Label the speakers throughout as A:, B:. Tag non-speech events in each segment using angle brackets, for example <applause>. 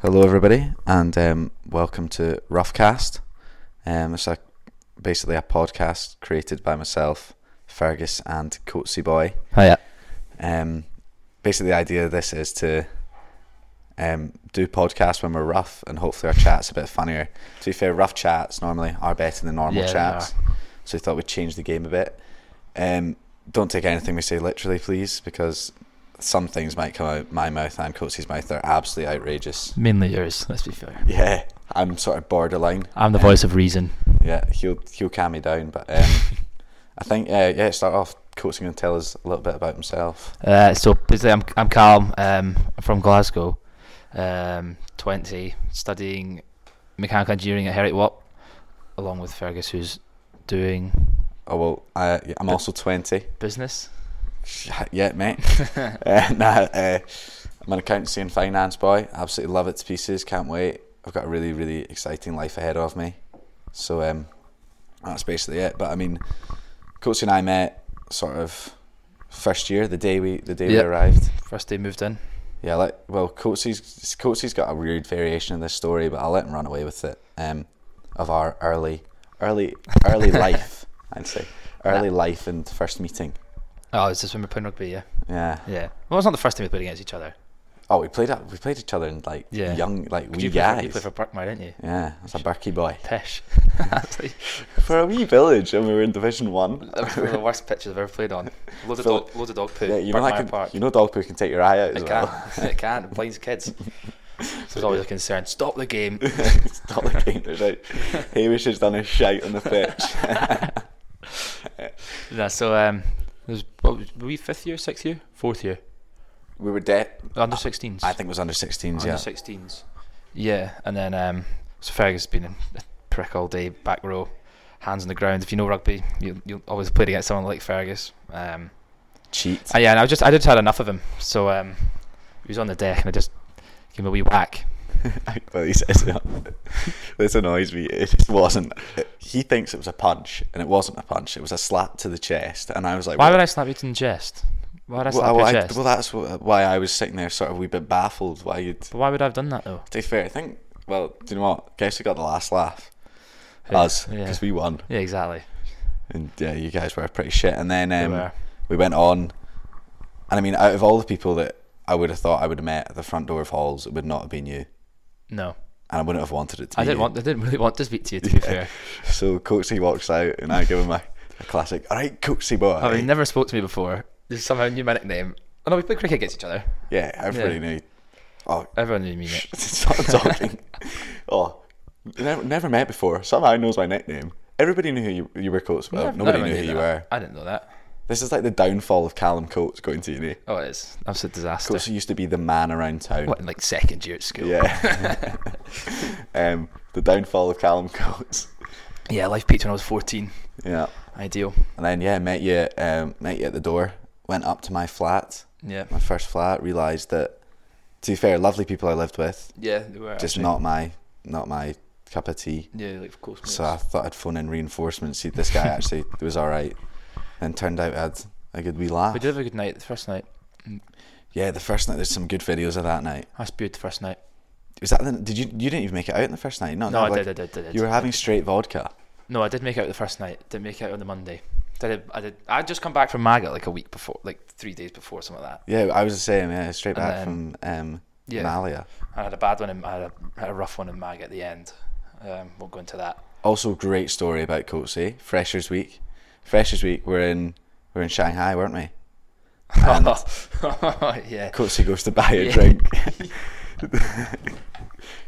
A: Hello, everybody, and um, welcome to Roughcast. Um, it's a, basically a podcast created by myself, Fergus, and Coatsy Boy.
B: Hiya.
A: Um, basically, the idea of this is to um, do podcasts when we're rough, and hopefully, our chat's a bit funnier. To be fair, rough chats normally are better than normal
B: Yeah, they
A: chats, so we thought we'd change the game a bit. Um, don't take anything we say literally, please, because some things might come out my mouth and Coatsy's mouth that are absolutely outrageous.
B: Mainly yours, let's be fair.
A: Yeah, I'm sort of borderline.
B: I'm the
A: Um,
B: voice of reason.
A: Yeah, he'll he'll calm me down, but um, I think uh, yeah, start off. Coach's going to tell us a little bit about himself.
B: Uh, so basically, I'm I'm Calm. Um, I'm from Glasgow. Um, 20, studying mechanical engineering at Heriot Watt, along with Fergus, who's doing
A: Oh well, I, yeah, I'm also 20.
B: business.
A: Sh- <laughs> Yeah, mate. uh, <laughs> nah, uh, I'm an accountancy and finance boy. Absolutely love it to pieces. Can't wait. I've got a really really exciting life ahead of me. So um, that's basically it. But I mean, Coach and I met sort of first year, the day we the day
B: Yeah.
A: we arrived.
B: First day moved in.
A: Yeah, like well, Coatsy's Coatsy's got a weird variation of this story, but I'll let him run away with it. Um, of our early, early,
B: <laughs>
A: early life, I'd say, early life and first meeting.
B: Oh, it's just when we were playing rugby, yeah.
A: Yeah.
B: Yeah. Well, it's not the first time we played against each other.
A: Oh, we played up. We played each other in like
B: Yeah.
A: young, like
B: 'Cause
A: wee
B: you played
A: guys.
B: for, you played for Parkmire, didn't you?
A: yeah, that's a Berkey boy.
B: <laughs> Pish.
A: <laughs> For a wee village, and we were in Division One.
B: That was one of the worst pitches I've ever
A: <laughs>
B: played on. Loads of
A: Phil-
B: dog, loads of dog poo.
A: Yeah, you know,
B: Parkmire
A: like a-
B: Park.
A: you know, dog poo can take your eye out as
B: It
A: well.
B: can't. <laughs> it can't.
A: <laughs>
B: It blinds kids. So there's always a concern. Stop the game.
A: it's not the game. It's
B: <laughs>
A: like Hamish has done a shite on the pitch.
B: No, so um, it was, what, was- were we fifth year, sixth year, fourth year?
A: we were dead.
B: Under 16s.
A: I think it was under 16s.
B: Under
A: Yeah.
B: 16s. Yeah, and then um, so Fergus has been a prick all day, back row, hands on the ground. If you know rugby, you, you'll always play against someone like Fergus. Um,
A: Cheat. <laughs>
B: and yeah, and I just I just had enough of him. So um, he was on the deck, and I just gave him a wee whack.
A: well, he says it. <laughs> This annoys me. It just wasn't. He thinks it was a punch, and it wasn't a punch. It was a slap to the chest, and I was like,
B: Why
A: "What-
B: would I slap you in jest? Why would I slap
A: well,
B: your
A: I-
B: chest?
A: well, that's wh- why I was sitting there, sort of a wee bit baffled. Why you'd?
B: but why would I have done that though?
A: To be fair, I think. Well, do you know what? Guess who got the last laugh?
B: Who?
A: Us,
B: Yeah.
A: because we won,
B: Yeah, exactly.
A: and yeah, you guys were pretty shit. And then
B: They
A: um,
B: were.
A: we went on, and I mean, out of all the people that I would have thought I would have met at the front door of halls, it would not have been you,
B: No,
A: and I wouldn't have wanted it to.
B: I
A: be
B: didn't
A: you.
B: want. I didn't really want to speak to you. To be fair,
A: So Coatsy walks out, and I give him a, a classic. All right, Coatsy boy.
B: I mean, never spoke to me before. Just somehow knew my nickname. Oh no, we played cricket against each other.
A: yeah, everybody
B: Yeah.
A: knew. Oh, <laughs>
B: Everyone knew me. mate.
A: stop talking. oh, never, never met before. Somehow knows my nickname. Everybody knew who you, you were, Coates. Well,
B: Never-
A: Oh, nobody
B: never
A: knew who you
B: that.
A: were.
B: I didn't know that.
A: This is like the downfall of Callum Coates going to uni.
B: Oh, it is absolute disaster.
A: Coatsy used to be the man around town.
B: What in like second year at school?
A: Yeah. <laughs> um, the downfall of Callum Coates.
B: Yeah, life peaked when I was fourteen.
A: Yeah.
B: Ideal.
A: And then yeah, met you, um, met you at the door. Went up to my flat.
B: Yeah.
A: my first flat, realised that to be fair, lovely people I lived with,
B: Yeah, they were
A: just
B: actually.
A: not my not my cup of tea.
B: Yeah, like of course.
A: So I
B: mates.
A: thought I'd phone in reinforcements, see if this guy
B: <laughs>
A: actually was alright. And turned out I had a good wee laugh.
B: we did have a good night the first night.
A: Yeah, the first night there's some good videos of that night.
B: I spewed the first night.
A: Was that the, did you you didn't even make it out in the first night? No,
B: No, I
A: like,
B: did, I did, I did.
A: You were having straight vodka.
B: No, I did make out the first night. Didn't make out on the Monday. Did it, I did. I just come back from Maga like a week before, like three days before, something like that.
A: Yeah, I was the same, yeah, straight
B: And
A: back
B: then-
A: from um
B: Yeah.
A: Malia.
B: I had a bad one. In, I had a, had a rough one in Mag at the end. Um, won't go into that.
A: Also great story about Coatsy. Freshers week. Freshers week we're in we're in Shanghai, weren't we? And-
B: <laughs> yeah.
A: Coatsy goes to buy a
B: Yeah. <laughs>
A: drink.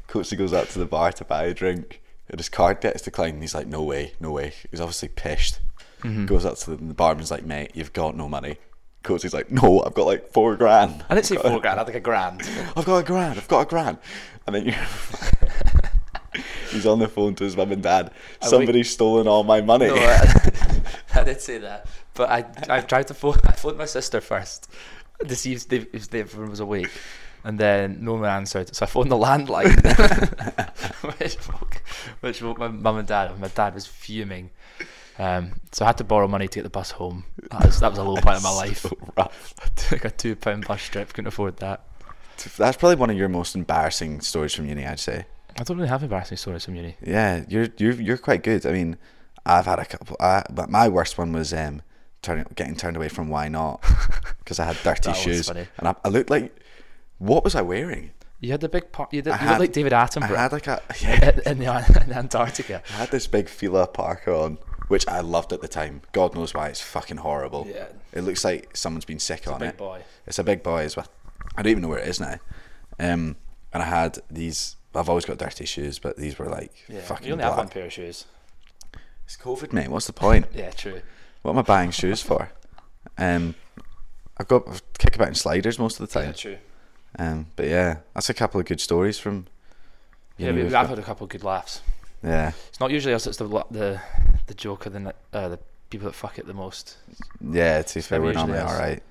A: Coatsy goes up to the bar to buy a drink, and his card gets declined. And he's like, "No way, no way." He's obviously pissed.
B: Mm-hmm.
A: Goes up to the, the barman's like, "Mate, you've got no money." Coatsy's like, "No, I've got like four grand.
B: I didn't say four grand. I had like a <laughs> grand.
A: I've got a grand. I've got a grand." And then you. <laughs> He's on the phone to his mum and dad.
B: we-
A: Somebody's stolen all my money.
B: No, uh, I, <laughs> I did say that, but I I tried to phone. <laughs> I phoned my sister first to see if, they, if they- everyone was awake, and then no one answered. So I phoned the landline, <laughs> which woke, which woke my mum and dad. And my dad was fuming. Um, so I had to borrow money to get the bus home.
A: <laughs>
B: That was, that was a low point in my life.
A: So rough.
B: like a two pound bus trip, couldn't afford that.
A: That's probably one of your most embarrassing stories from uni, I'd say.
B: I don't really have embarrassing stories from uni.
A: Yeah, you're you're you're quite good. I mean, I've had a couple. I, but my worst one was um, turning getting turned away from Why
B: <laughs>
A: Not because I had dirty
B: That was
A: shoes
B: funny.
A: and I, I looked like what was I wearing?
B: You had the big part. You, did,
A: I
B: you
A: had-
B: looked like David
A: I
B: Attenborough
A: had like a yeah,
B: <laughs> in, the, An- in Antarctica.
A: I had this big Fila parka on, which I loved at the time. God knows why it's fucking horrible.
B: Yeah.
A: it looks like someone's been sick on
B: Big
A: it.
B: boy.
A: It's a big boy as well. I don't even know where it is now. Um, and I had these. I've always got dirty shoes, but these were like
B: Yeah.
A: fucking
B: you only
A: black.
B: have one pair of shoes.
A: It's COVID, mate. What's the point?
B: Yeah, true.
A: What am I buying shoes for? Um, I've got I kick about in sliders most of the
B: Yeah,
A: time.
B: true.
A: Um, but yeah, that's a couple of good stories from.
B: Yeah,
A: uni
B: we,
A: we've
B: I've
A: got.
B: had a couple of good laughs.
A: yeah,
B: It's not usually us. It's the la- the the joke of the ni- uh, the people that fuck it the most.
A: yeah. To be fair,
B: never
A: we're
B: usually
A: normally
B: us.
A: all right.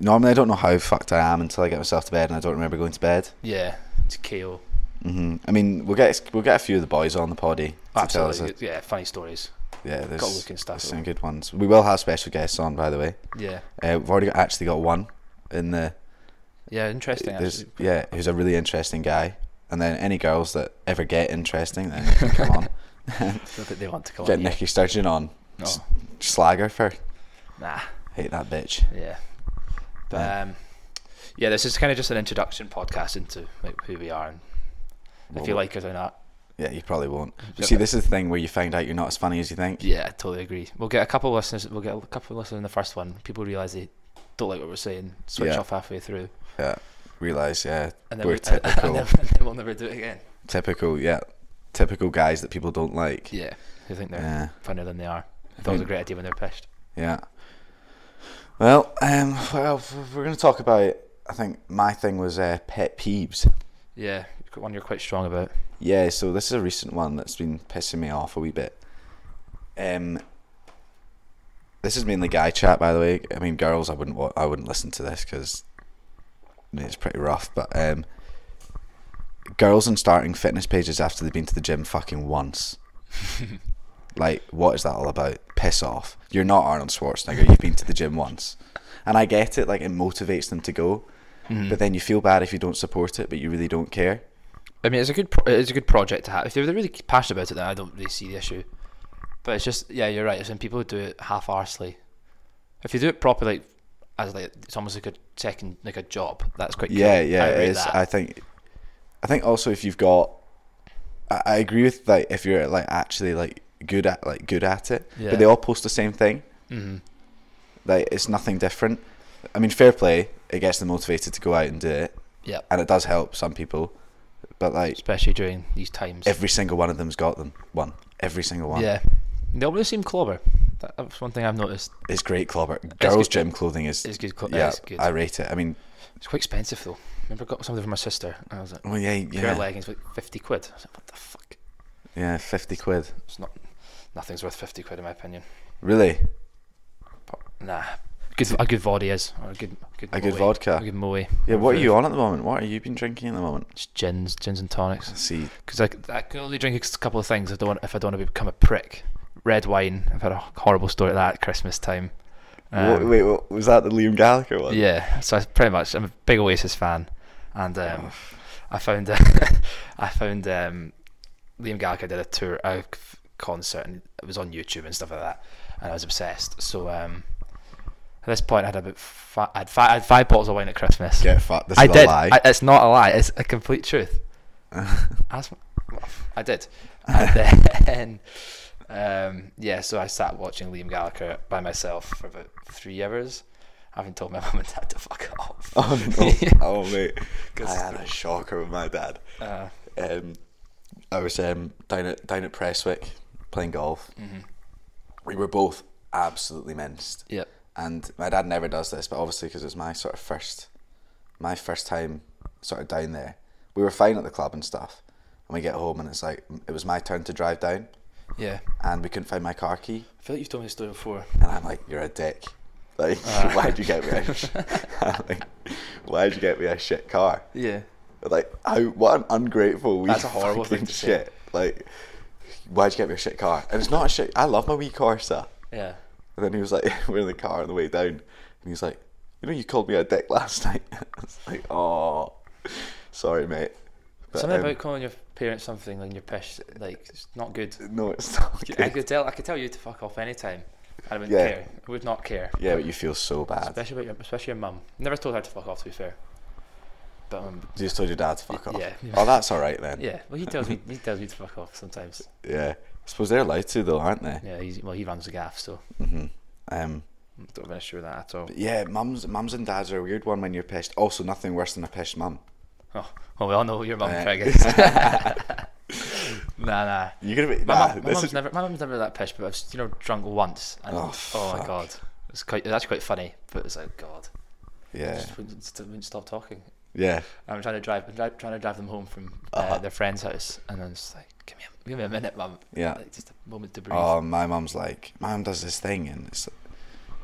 A: Normally, I don't know how fucked I am until I get myself to bed, and I don't remember going to bed.
B: Yeah, it's KO.
A: hmm I mean, we'll get we'll get a few of the boys on the poddy. to tell us
B: Absolutely. yeah, funny stories.
A: a- yeah, there's,
B: Got looking stuff.
A: there's some good ones. We will have special guests on, by the way.
B: Yeah,
A: Uh, we've already got, actually got one in the
B: yeah, interesting.
A: There's,
B: actually.
A: yeah, who's a really interesting guy. And then any girls that ever get interesting,
B: <laughs>
A: then they can come on.
B: Don't think they want to come
A: Get
B: on.
A: Nicky Sturgeon on.
B: No,
A: s- Slag her for
B: nah.
A: hate that bitch.
B: Yeah. But,
A: Yeah.
B: um, yeah, this is kind of just an introduction podcast into like who we are and
A: Well,
B: if you like us or not.
A: Yeah, you probably won't. But
B: Yeah,
A: see,
B: but-
A: this is the thing where you find out you're not as funny as you think.
B: Yeah, I totally agree. We'll get a couple of listeners. We'll get a couple of listeners in the first one. People realize they don't like what we're saying, switch
A: Yeah.
B: off halfway through,
A: Yeah, realize. Yeah,
B: and then,
A: we're
B: we, <laughs> and,
A: typical,
B: then, and then we'll never do it again.
A: typical. Yeah, typical guys that people don't like.
B: Yeah, who think they're
A: Yeah,
B: funnier than they are. I thought it was a great idea when they're pissed.
A: yeah. Well, um, well, we're going to talk about. I think my thing was uh, pet peeves.
B: Yeah, one you're quite strong about.
A: Yeah, so this is a recent one that's been pissing me off a wee bit. Um, this is mainly guy chat, by the way. I mean, girls, I wouldn't wa- I wouldn't listen to this because it's pretty rough. But um, girls and starting fitness pages after they've been to the gym fucking once. like, what is that all about? Piss off! You're not Arnold Schwarzenegger. You've been to the gym once, and I get it. Like, it motivates them to go, but then you feel bad if you don't support it, but you really don't care.
B: I mean, it's a good pro- it's a good project to have. If they're really passionate about it, then I don't really see the issue. But it's just yeah, you're right. It's when people do it half arsely. If you do it properly, like, as like it's almost like a second like a job. That's quite cool.
A: Yeah, yeah,
B: I rate
A: it is.
B: that.
A: I think, I think also if you've got, I, I agree with like if you're like actually like good at like good at it,
B: Yeah.
A: but they all post the same thing.
B: Mhm.
A: Like it's nothing different. I mean, fair play. It gets them motivated to go out and do it,
B: Yeah,
A: and it does help some people. But like
B: especially during these times.
A: every single one of them's got them one. Every single one.
B: yeah, they always seem clobber. That, that's one thing I've noticed.
A: It's great clobber. Girls'
B: good.
A: gym clothing is.
B: It's good. Cl-
A: yeah,
B: it's good.
A: I rate it. I mean,
B: it's quite expensive though. Remember, I got something for my sister. And I was like,
A: well, yeah,
B: pair of
A: yeah,
B: leggings for like fifty quid. I was like, what the fuck?
A: yeah, fifty quid.
B: It's not. Nothing's worth fifty quid in my opinion.
A: Really,
B: Nah. Good, a good VOD is. Or a good, good
A: a good
B: moe.
A: vodka.
B: A good moe.
A: Yeah, what are you on at the moment? What are you been drinking at the moment?
B: Just gins, gins and tonics.
A: See,
B: Because I, c- I can only drink a s- couple of things. I don't want, if I don't want to become a prick. Red wine. I've had a h- horrible story at that at Christmas time.
A: what,
B: Um,
A: wait, what, was that the Liam Gallagher one?
B: yeah. So I pretty much, I'm a big Oasis fan, and um, I found <laughs> I found um, Liam Gallagher did a tour, a c- concert, and it was on YouTube and stuff like that, and I was obsessed. So um, at this point, I had about fi- I, had fi- I had five bottles of wine at Christmas.
A: Get fucked. This
B: I
A: is
B: did.
A: a lie.
B: I, it's not a lie. It's a complete truth. That's- I did. And <laughs> then, um, yeah, so I sat watching Liam Gallagher by myself for about three hours, having told my <laughs> mum and dad to fuck off.
A: <laughs> oh no!
B: Yeah.
A: Oh mate,
B: 'Cause-
A: I had a shocker with my dad.
B: Uh,
A: Um, I was um, down at down at Presswick playing golf.
B: Mm-hmm.
A: We were both absolutely minced.
B: <laughs> yeah.
A: and my dad never does this, but obviously because it's my sort of first, my first time sort of down there. We were fine at the club and stuff, and we get home and it's like it was my turn to drive down,
B: Yeah.
A: and we couldn't find my car key.
B: I feel like you've told me this story before.
A: And I'm like, you're a dick. Like, <laughs>
B: Uh.
A: why'd you get me? A sh- <laughs> I'm like, why'd you get me a shit car?
B: Yeah.
A: Like, how? What an ungrateful. Wee
B: That's a horrible
A: fucking
B: thing to say.
A: shit. Like, why'd you get me a shit car? And it's not a shit. I love my wee Corsa.
B: Yeah.
A: And then he was like, <laughs> we're in the <laughs> car on the way down, and he's like, you know, you called me a dick last night. I was like, oh. Sorry, mate. But,
B: Something
A: um,
B: about calling your parents something and you're pissed, like it's not good.
A: No, it's not.
B: I
A: Good.
B: could tell. I could tell you to fuck off anytime. I wouldn't
A: Yeah.
B: care. I would not care.
A: Yeah, but you feel so bad.
B: Especially about your, especially your mum. Never told her to fuck off. To be fair, but um,
A: You just told your dad to fuck off.
B: yeah,
A: Oh, that's all right then.
B: yeah. Well, he tells me. He tells me to fuck off sometimes.
A: Yeah. I suppose they're allowed to though, aren't they?
B: Yeah. He's, well, he runs the gaff, so
A: hmm Um,
B: don't have an issue with that at all.
A: but yeah, mums, mums and dads are a weird one when you're pissed. Also, nothing worse than a pissed mum.
B: Oh, well, we all know who your mum
A: Uh, <laughs>
B: prick is. nah, nah.
A: You're gonna be
B: My,
A: nah,
B: mum, my
A: this
B: mum's
A: is
B: never my mum's never that pissed, but I've you know drunk once. And,
A: Oh,
B: oh, my
A: fuck.
B: god, it's quite that's quite funny, but it's like god, I
A: yeah,
B: just wouldn't, st- wouldn't stop talking.
A: yeah.
B: I'm trying to drive, I'm dri- trying to drive them home from uh,
A: Uh-huh.
B: their friend's house, and I'm just like, give me, a, give me a minute, mum.
A: Yeah.
B: like, just a moment to breathe.
A: Oh, my mum's like, my mum does this thing, and it's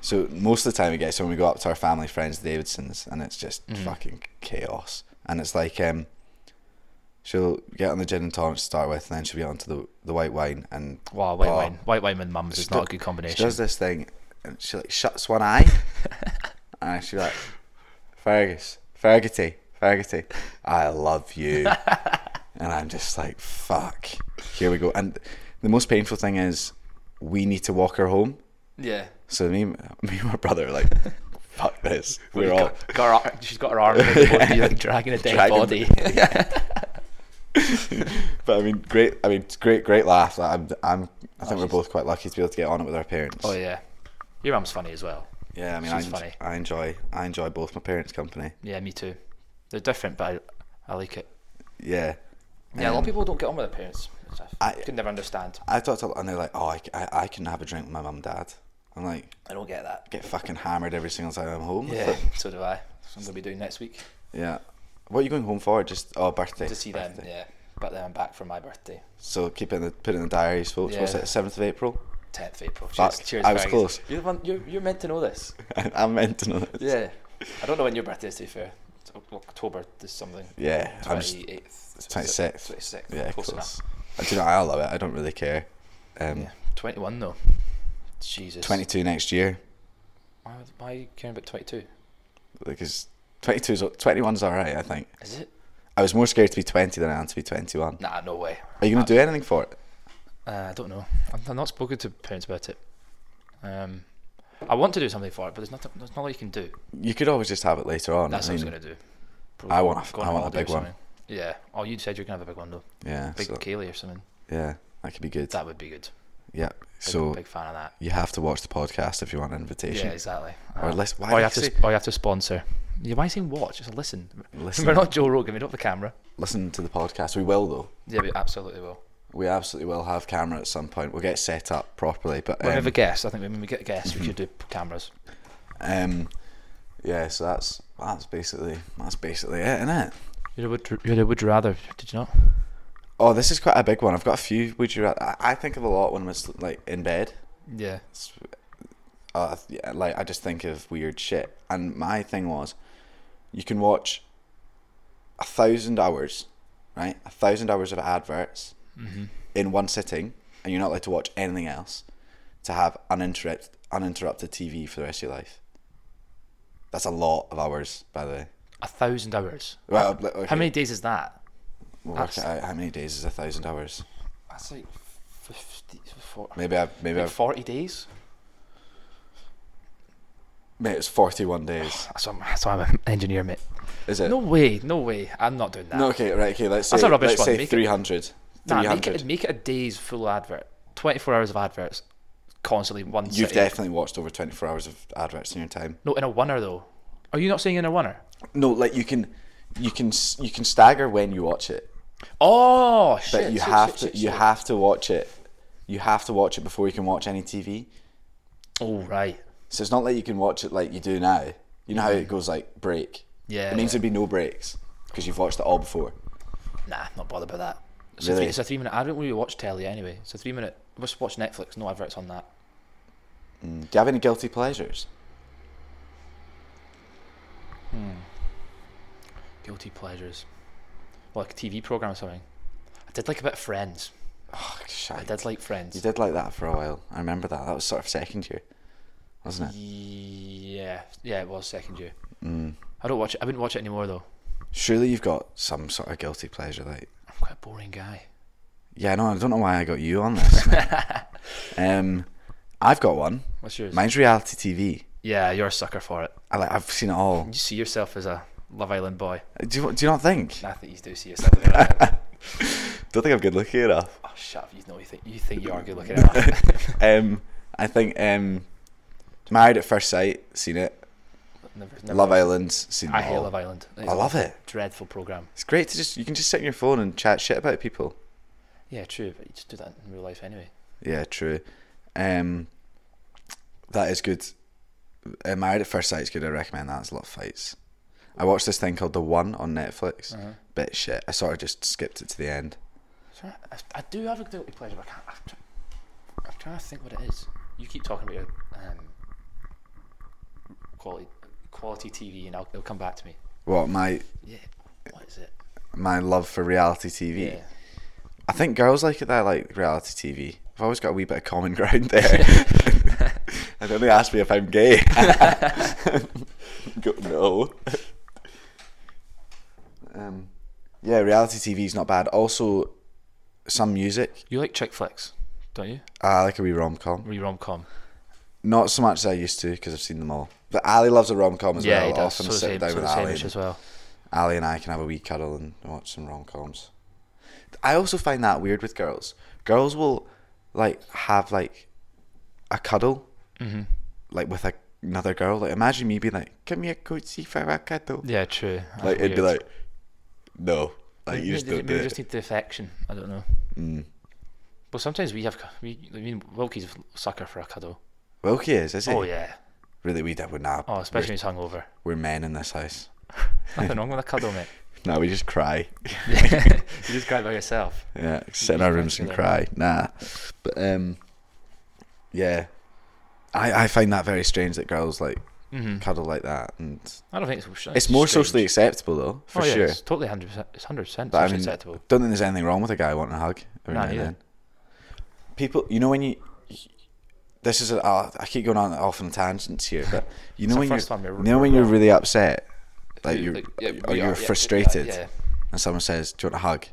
A: so most of the time it gets when we go up to our family friends Davidsons, and it's just
B: Mhm.
A: fucking chaos. And it's like um, she'll get on the gin and tonic to start with, and then she'll get onto the the white wine, and
B: wow, white
A: oh.
B: wine, white wine with mums
A: She
B: is not
A: do-
B: a good
A: she
B: combination.
A: does this thing, and she like shuts one
B: <laughs>
A: eye, and she's like, Fergus, Fergity, Fergity, I love
B: <laughs>
A: you, and I'm just like, fuck, here we go. And the most painful thing is we need to walk her home.
B: Yeah,
A: So me, me and my brother are
B: <laughs>
A: like, fuck this. We're all
B: got, got her, ar- she's got her
A: <laughs>
B: arm around the body, like dragging a dead
A: Dragging-
B: body.
A: But I mean, great. I mean, it's great, great laugh. Like, I'm, I'm. I think we're
B: Oh, she's-
A: both quite lucky to be able to get on it with our parents.
B: oh yeah, your mum's funny as well.
A: yeah, I mean, I,
B: she's
A: en-
B: funny.
A: I enjoy, I enjoy both my parents' company.
B: Yeah, me too. They're different, but I, I like it.
A: Yeah.
B: Yeah, a lot
A: Um,
B: of people don't get on with their parents. which I,
A: I-
B: could never understand.
A: I talked to, and they're like, oh, I, c- I, I can have a drink with my mum, and dad. I'm like,
B: I don't get that.
A: get fucking hammered every single time I'm home.
B: <laughs> Yeah, so do I. So I'm gonna be doing next week
A: <laughs> Yeah. What are you going home for? Just oh, birthday.
B: to see them.
A: birthday.
B: Yeah, but then I'm back for my birthday,
A: So keep it in the put it in the diaries, folks. What's
B: Yeah.
A: it? Seventh of April. <laughs>
B: 10th April.
A: Fuck,
B: Cheers, cheers
A: I was
B: Fergus.
A: close.
B: You're, the one, you're, you're meant to know this.
A: I'm meant to know this.
B: Yeah, <laughs> I don't know when your birthday is. To be fair, it's O- October is something.
A: Yeah. I'm just,
B: 28th,
A: 26th.
B: 26th.
A: Yeah, close.
B: close enough.
A: I do you know. I love it. I don't really care. Um,
B: Yeah, 21 though. Jesus.
A: 22 next year
B: Why, would- why are you caring about 22?
A: because 22's o- 21's all right. I think
B: Is it?
A: I was more scared to be 20 than I am to be 21.
B: Nah, no way.
A: Are you gonna do anything for it?
B: Uh, I don't know. I'm, I'm not spoken to parents about it. Um, I want to do something for it, but there's nothing. There's not what you can do.
A: You could always just have it later on.
B: That's
A: I
B: what I
A: mean,
B: was gonna do.
A: I want a f-
B: Go on
A: I want a
B: holiday or
A: big one.
B: something. Yeah. Oh, you said you're gonna have a big one though.
A: yeah,
B: Big
A: so-
B: Kaylee or something.
A: yeah, that could be good.
B: That would be good.
A: yeah,
B: Big,
A: so
B: big fan of that.
A: you have to watch the podcast if you want an invitation.
B: Yeah, exactly.
A: Or
B: Um,
A: listen. Why
B: or
A: did
B: you
A: I
B: have to.
A: say-
B: Or you have to sponsor. You might saying watch. Just listen.
A: listen?
B: We're not Joe Rogan. We don't have a camera.
A: listen to the podcast. We will though.
B: Yeah, we absolutely will.
A: We absolutely will have camera at some point. We'll get set up properly. But
B: We'll have
A: um,
B: a guest. I think when we get a guest,
A: <laughs>
B: we should do p- cameras.
A: um, yeah, so that's that's basically that's basically it, isn't it?
B: You're a would, you're a would rather. Did you not?
A: Oh, this is quite a big one. I've got a few. Would you? ra- I I think of a lot when I'm asl- like in bed.
B: Yeah.
A: It's, uh, yeah, like I just think of weird shit. And my thing was, you can watch a thousand hours, right? A thousand hours of adverts
B: hmm
A: in one sitting, and you're not allowed to watch anything else. To have uninterrupted uninterrupted TV for the rest of your life. That's a lot of hours, by the way.
B: A thousand hours.
A: Well, okay,
B: How many days is that?
A: we'll work it out. how many days is a thousand hours?
B: That's like 50, 40,
A: Maybe I maybe
B: like
A: I've
B: 40 days.
A: Mate, it's 41 days.
B: That's why I'm, that's why I'm <laughs> an engineer, mate.
A: Is it?
B: No way, no way. I'm not doing that.
A: No, okay, right, okay, let's say,
B: That's a rubbish
A: let's
B: one,
A: say
B: make it-
A: 300.
B: Nah, make
A: 300.
B: it make it a day's full advert. Twenty four hours of adverts, constantly one.
A: You've
B: sitting.
A: definitely watched over 24 hours of adverts in your time.
B: no in a oneer though. Are you not saying in a oneer?
A: No, like you can you can s- you can stagger when you watch it,
B: Oh
A: but
B: shit!
A: you
B: shit,
A: have
B: shit,
A: to
B: shit,
A: you
B: shit.
A: have to watch it. You have to watch it before you can watch any TV.
B: Oh right.
A: So it's not like you can watch it like you do now. You know how it goes like break.
B: Yeah,
A: It means
B: yeah.
A: there'd be no breaks because you've watched it all before.
B: Nah, not bothered about that. It's, a
A: Really?
B: three, it's a three minute. I don't really watch telly anyway. It's a three minute. Just watch Netflix. No adverts on that.
A: Mm. Do you have any guilty pleasures?
B: Guilty pleasures. Well, like a TV program or something. I did like a bit of Friends.
A: Oh, shite.
B: I did like Friends.
A: You did like that for a while. I remember that. That was sort of second year, wasn't it?
B: Yeah, yeah, it was second year.
A: Mm.
B: I don't watch it. I wouldn't watch it anymore though.
A: Surely you've got some sort of guilty pleasure, like
B: I'm quite a boring guy.
A: yeah, no, I don't know why I got you on this.
B: <laughs>
A: mate. um, I've got one.
B: What's yours?
A: Mine's reality TV.
B: Yeah, you're a sucker for it.
A: I like. I've seen it all.
B: You see yourself as a Love Island boy.
A: Do you, do you not think?
B: I think you do see yourself. as a-
A: <laughs> Don't think I'm good looking enough.
B: oh, shut up! You know you think you think you are good
A: <laughs>
B: looking. enough.
A: Um, I think um, Married at First Sight. Seen it.
B: Never- never
A: Love
B: watched it.
A: Island. Seen it
B: I hate
A: all.
B: Love Island. It's
A: I
B: a
A: love it.
B: Dreadful program.
A: It's great to just you can just sit on your phone and chat shit about people.
B: Yeah, true. But you just do that in real life anyway.
A: Yeah, true. Um, that is good. Uh, Married at First Sight is good. I recommend that. It's a lot of fights. I watched this thing called The One on Netflix.
B: Uh-huh.
A: Bit shit. I sort of just skipped it to the end.
B: So I, I do have a guilty pleasure, but I can't. I'm, try, I'm trying to think what it is. You keep talking about your um, quality quality TV, and I'll, it'll come back to me.
A: What my
B: Yeah. What is it?
A: my love for reality TV.
B: Yeah.
A: I think girls like it that I like reality TV. I've always got a wee bit of common <laughs> ground there.
B: <laughs>
A: <laughs> I don't think they ask me if I'm gay. <laughs> Go, no. Um, yeah, reality TV is not bad. Also, some music.
B: You like chick flicks, don't you?
A: I like a wee rom com.
B: Or you rom com?
A: Not so much as I used to because I've seen them all. But Ali loves a rom com as
B: Yeah,
A: well.
B: he
A: I'll
B: does.
A: often
B: So does
A: sit
B: Hamish,
A: down
B: so
A: with
B: does
A: Ali.
B: Hamish
A: and-
B: as well.
A: Ali and I can have a wee cuddle and watch some rom coms. I also find that weird with girls. Girls will like have like a cuddle,
B: Mm-hmm.
A: like with a, another girl. Like imagine me being like, "Come here, cozy for a cuddle."
B: Yeah, true. That's
A: like it'd be
B: weird.
A: like, no, like you
B: Maybe-
A: just don't
B: maybe
A: do
B: we just
A: it. Mm.
B: need the affection. I don't know. Well, sometimes we have. c- We, I mean, Wilkie's a sucker for a cuddle.
A: Wilkie is, is he?
B: Oh yeah.
A: Really, we did. We're not.
B: Oh, especially when he's hungover.
A: <laughs> We're men in this house.
B: Nothing wrong with a cuddle, mate.
A: No, we just cry.
B: you just cry by yourself.
A: Yeah, sit in our rooms and cry. Nah, but um, yeah, I I find that very strange that girls like
B: hmm
A: cuddle like that, and
B: I don't think it's. It's,
A: it's more
B: strange.
A: socially acceptable though, for
B: oh, yeah,
A: sure.
B: It's totally hundred percent. It's hundred percent
A: But I
B: socially
A: mean,
B: acceptable.
A: Don't think there's anything wrong with a guy wanting a hug. Every
B: Nah,
A: now and
B: neither.
A: then. People, you know when you. This is a, oh, I keep going on off on tangents here,
B: <laughs>
A: but you know
B: the
A: when you're,
B: first time you're-
A: you know when you're really upset, like you're or
B: yeah, we
A: you're
B: are- yeah, yeah,
A: frustrated,
B: Yeah,
A: and someone says, "Do you want a hug?"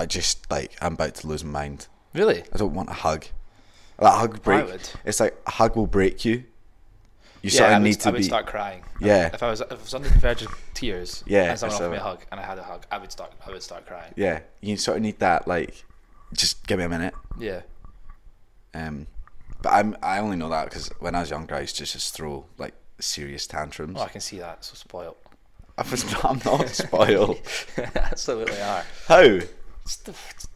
A: I just like I'm about to lose my mind.
B: Really?
A: I don't want a hug. That hug break.
B: would.
A: It's like a hug will break you. You
B: yeah,
A: sort
B: I
A: of
B: would,
A: need to
B: I would
A: be.
B: start crying.
A: Yeah.
B: If I was if I was under the verge of tears
A: Yeah,
B: and someone
A: so-
B: offered me a hug and I had a hug, I would start I would start crying.
A: Yeah, you sort of need that. Like, just give me a minute.
B: Yeah.
A: Um, but I'm I only know that because when I was younger, I used to just throw like serious tantrums.
B: Oh, I can see that. So spoiled. <laughs>
A: I was <laughs> not, I'm not spoiled.
B: Absolutely are.
A: How?
B: It's the, it's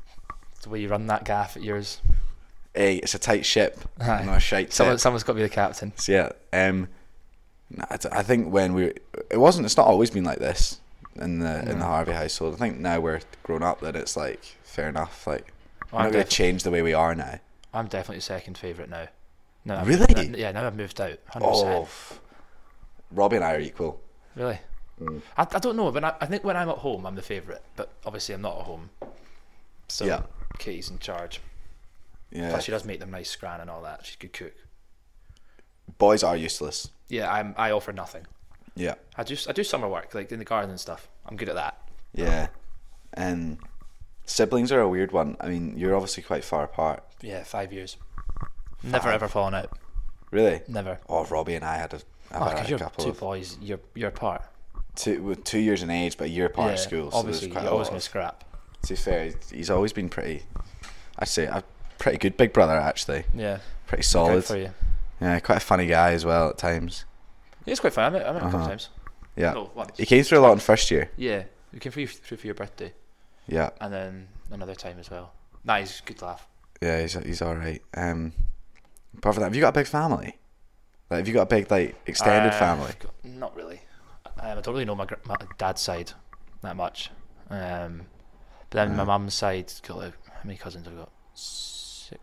B: the way you run that gaff at yours.
A: Hey, it's a tight ship.
B: Aye.
A: Not a shite
B: Someone,
A: tip.
B: someone's got to be the captain.
A: So, yeah. Um, no, I, d- I think when we it wasn't it's not always been like this in the in the Harvey household. I think now we're grown up that it's like fair enough. Like we're
B: Oh, I'm
A: not going to
B: defi-
A: change the way we are now.
B: I'm definitely second favourite now. No, I've-
A: Really?
B: no, yeah, now I've moved out. 100%.
A: Oh, f- Robbie and I are equal.
B: Really?
A: Mm.
B: I, I don't know. When I, I think when I'm at home, I'm the favourite, but obviously I'm not at home. So
A: Yeah.
B: Katie's in charge.
A: Yeah,
B: Plus, she does make them nice scran and all that. She's a good cook.
A: boys are useless.
B: Yeah, I'm. I offer nothing.
A: Yeah,
B: I just I do summer work like in the garden and stuff. I'm good at that.
A: yeah, and siblings are a weird one. I mean, you're obviously quite far apart,
B: Yeah, five years. Never ever fallen out.
A: really.
B: Never.
A: Oh, Robbie and I had a, I've
B: Oh,
A: had
B: 'cause
A: a
B: you're
A: couple
B: two
A: of
B: boys. You're you're apart.
A: two, well, two years in age, but a year apart
B: Yeah,
A: at school. So
B: obviously,
A: there's quite
B: you're
A: a lot.
B: always gonna
A: of-
B: scrap.
A: To be fair, he's- he's always been pretty. I would say a pretty good big brother actually.
B: Yeah.
A: Pretty
B: Good
A: solid.
B: for you.
A: Yeah, quite a funny guy as well at times.
B: It's quite fun. I met, I met him a couple
A: Uh-huh.
B: times.
A: Yeah,
B: No, once.
A: he came through a lot in first year.
B: Yeah, we came for you through for your birthday,
A: Yeah,
B: and then another time as well. Nah, he's a good laugh.
A: yeah, he's he's all right. Um, apart from that, have you got a big family? Like, have you got a big like extended
B: Uh,
A: family?
B: g- Not really. Um, I don't really know my, gr- my dad's side that much. Um, but then my
A: Mm.
B: mum's side got like, how many cousins have I got? Six.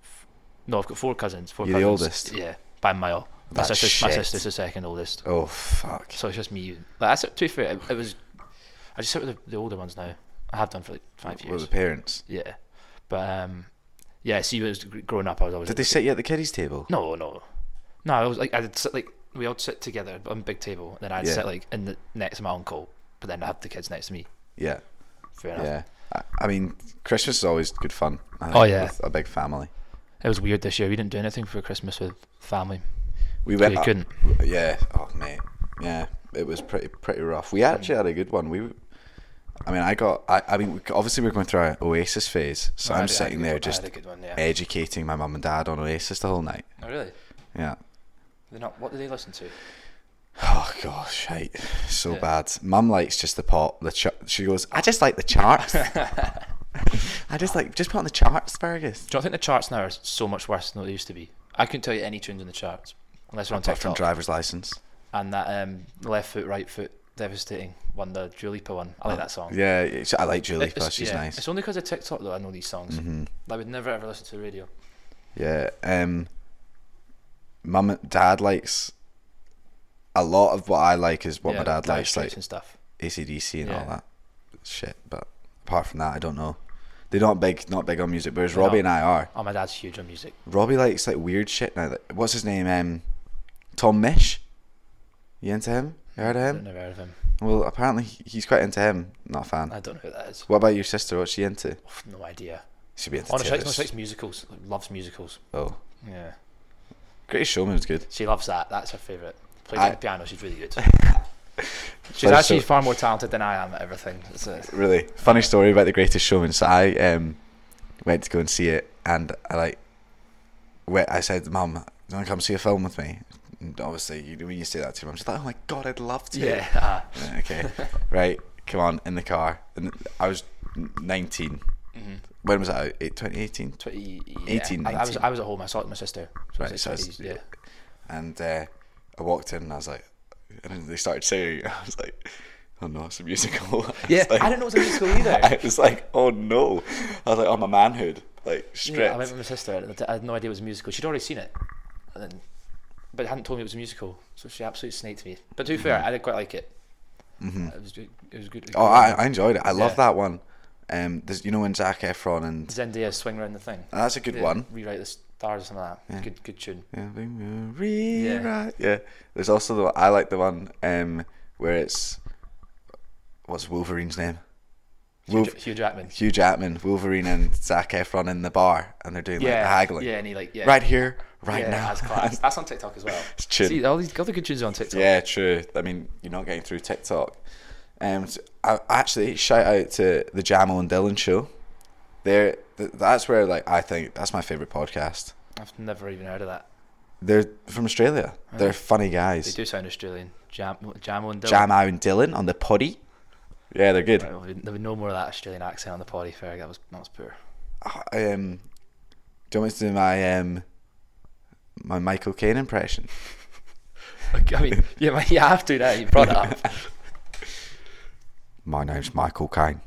B: f- No, I've got four cousins. Four
A: You're the
B: cousins.
A: oldest?
B: Yeah, by a mile. My
A: That's
B: sister's, my
A: shit.
B: sister's the second oldest.
A: Oh fuck!
B: So it's just me. Like, that's to be fair. It, it was. I just sit with the, the older ones now. I have done for like five
A: Well, the
B: years.
A: parents.
B: Yeah, but um, yeah. See, when I was gr- growing up, I was always
A: Did they sit you at the kiddies table?
B: no, no, no. I was like, I did sit like we all sit together on a big table, and then I'd
A: Yeah.
B: sit like in the next to my uncle, but then I have the kids next to me.
A: Yeah,
B: Fair enough.
A: yeah. I, I mean, Christmas is always good fun. I
B: Oh, yeah.
A: with a big family.
B: It was weird this year. We didn't do anything for Christmas with family.
A: We
B: So
A: went.
B: you
A: up-
B: couldn't.
A: Yeah. Oh mate. Yeah. It was pretty pretty rough. We actually had a good one. We. I mean, I got. I, I mean, obviously we're going through our Oasis phase, so
B: I
A: I'm
B: had a- I had a
A: sitting
B: good-
A: there
B: I
A: just
B: had a good one, yeah.
A: educating my mum and dad on Oasis the whole night.
B: Oh really?
A: Yeah.
B: They're not. What do they listen to?
A: Oh gosh, shite. So
B: Yeah.
A: bad. Mum likes just the pop. The ch- she goes. I just like the
B: <laughs>
A: charts. I just like just put on the charts, Fergus.
B: Do you not think the charts now are so much worse than what they used to be? I couldn't tell you any tunes in the charts unless we're on
A: Apart from
B: TikTok.
A: driver's license.
B: and that um, left foot, right foot, devastating one, the Dua Lipa one. I like that song.
A: Oh, Yeah, it's- I like Julie.
B: It's-
A: Plus, she's
B: yeah,
A: nice. Mm-hmm.
B: It's only because of TikTok though I know these songs. I would never ever listen to the radio.
A: Yeah. Um, mum, and dad likes a lot of what I like is what
B: Yeah,
A: my dad
B: Dire
A: likes,
B: Straits
A: like
B: and stuff.
A: ACDC and all
B: Yeah.
A: that shit. But apart from that, I don't know. They're not big, not big on music. Whereas Robbie and
B: not.
A: I are.
B: Oh, my dad's huge on music.
A: Robbie likes like weird shit now. Like, what's his name? Um, Tom Mish. You into him? You heard of
B: I've
A: him?
B: never heard of him.
A: Well, apparently he- he's quite into him. Not a fan.
B: I don't know who that is.
A: What about your sister? What's she into?
B: Oof, No idea.
A: She'd be into
B: Oh, no, she likes, no,
A: Taylor's-
B: she likes musicals. Like, Loves musicals.
A: Oh,
B: Yeah,
A: Greatest Showman was good.
B: she loves that. That's her favorite. Plays
A: I-
B: the piano. She's really
A: <laughs>
B: good. She's
A: Funny
B: actually
A: sto-
B: far more talented than I am at everything. It's a-
A: really funny story about the Greatest Showman. So I um, went to go and see it, and I like, went, I said, "Mum, do you want to come see a film with me?" And obviously, you, when you say that to your mum, she's like, "Oh my god, I'd love to."
B: yeah. ah.
A: Yeah,
B: <laughs>
A: okay. right. Come on, in the car. And I was 19.
B: Mm-hmm.
A: When was that out? Eight- 2018?
B: 20, yeah.
A: 18,
B: I, I was
A: 19.
B: I was at home. I saw it with my sister. So
A: Right,
B: it's
A: so
B: like
A: it's-
B: 20s, yeah.
A: And uh, I walked in and I was like, and they started singing. <laughs> I was like, oh no, it's a musical. <laughs> I
B: Yeah,
A: was like-
B: I didn't know it was a musical either.
A: <laughs> I was like, oh no. I was like, oh, my manhood. Like, stripped.
B: Yeah, I went with my sister. and I had no idea it was a musical. She'd already seen it, and then, but hadn't told me it was a musical. So she absolutely snaked me. But to be fair, I did quite like it. It was good. It was good.
A: Mm-hmm. oh, I, I enjoyed it. I love
B: Yeah.
A: that one. Um, there's, you know when Zac Efron and
B: Zendaya swing around the thing.
A: that's a good
B: Yeah,
A: one.
B: Rewrite the stars or something like that. Good, good tune.
A: Yeah, we will rewrite. Yeah. There's also the I like the one um, where it's what's Wolverine's name?
B: Hugh,
A: Wolf,
B: Jack- Hugh Jackman.
A: Hugh Jackman, Wolverine, and Zac Efron in the bar, and they're doing like
B: Yeah,
A: the haggling.
B: Yeah, and he like yeah.
A: Right here, right
B: yeah,
A: now. <laughs>
B: That's class. That's on TikTok as well.
A: It's chin.
B: See all these other good tunes are on TikTok.
A: Yeah, true. I mean, you're not getting through TikTok. Um, so I, actually, shout out to the Jamal and Dylan show. They're, th- that's where like I think that's my favorite podcast.
B: I've never even heard of that.
A: They're from Australia. They're funny guys.
B: They do sound Australian. Jam, Jamo and Dylan.
A: Jam out and Dylan on the potty. Yeah, they're good.
B: Right, well, there was no more of that Australian accent on the potty. Fair, that was that was poor.
A: Um, do you want me to do my um, my Michael Caine impression?
B: Okay, I mean, <laughs> yeah, man, you have to now. You brought it up.
A: <laughs> My name's Michael Caine.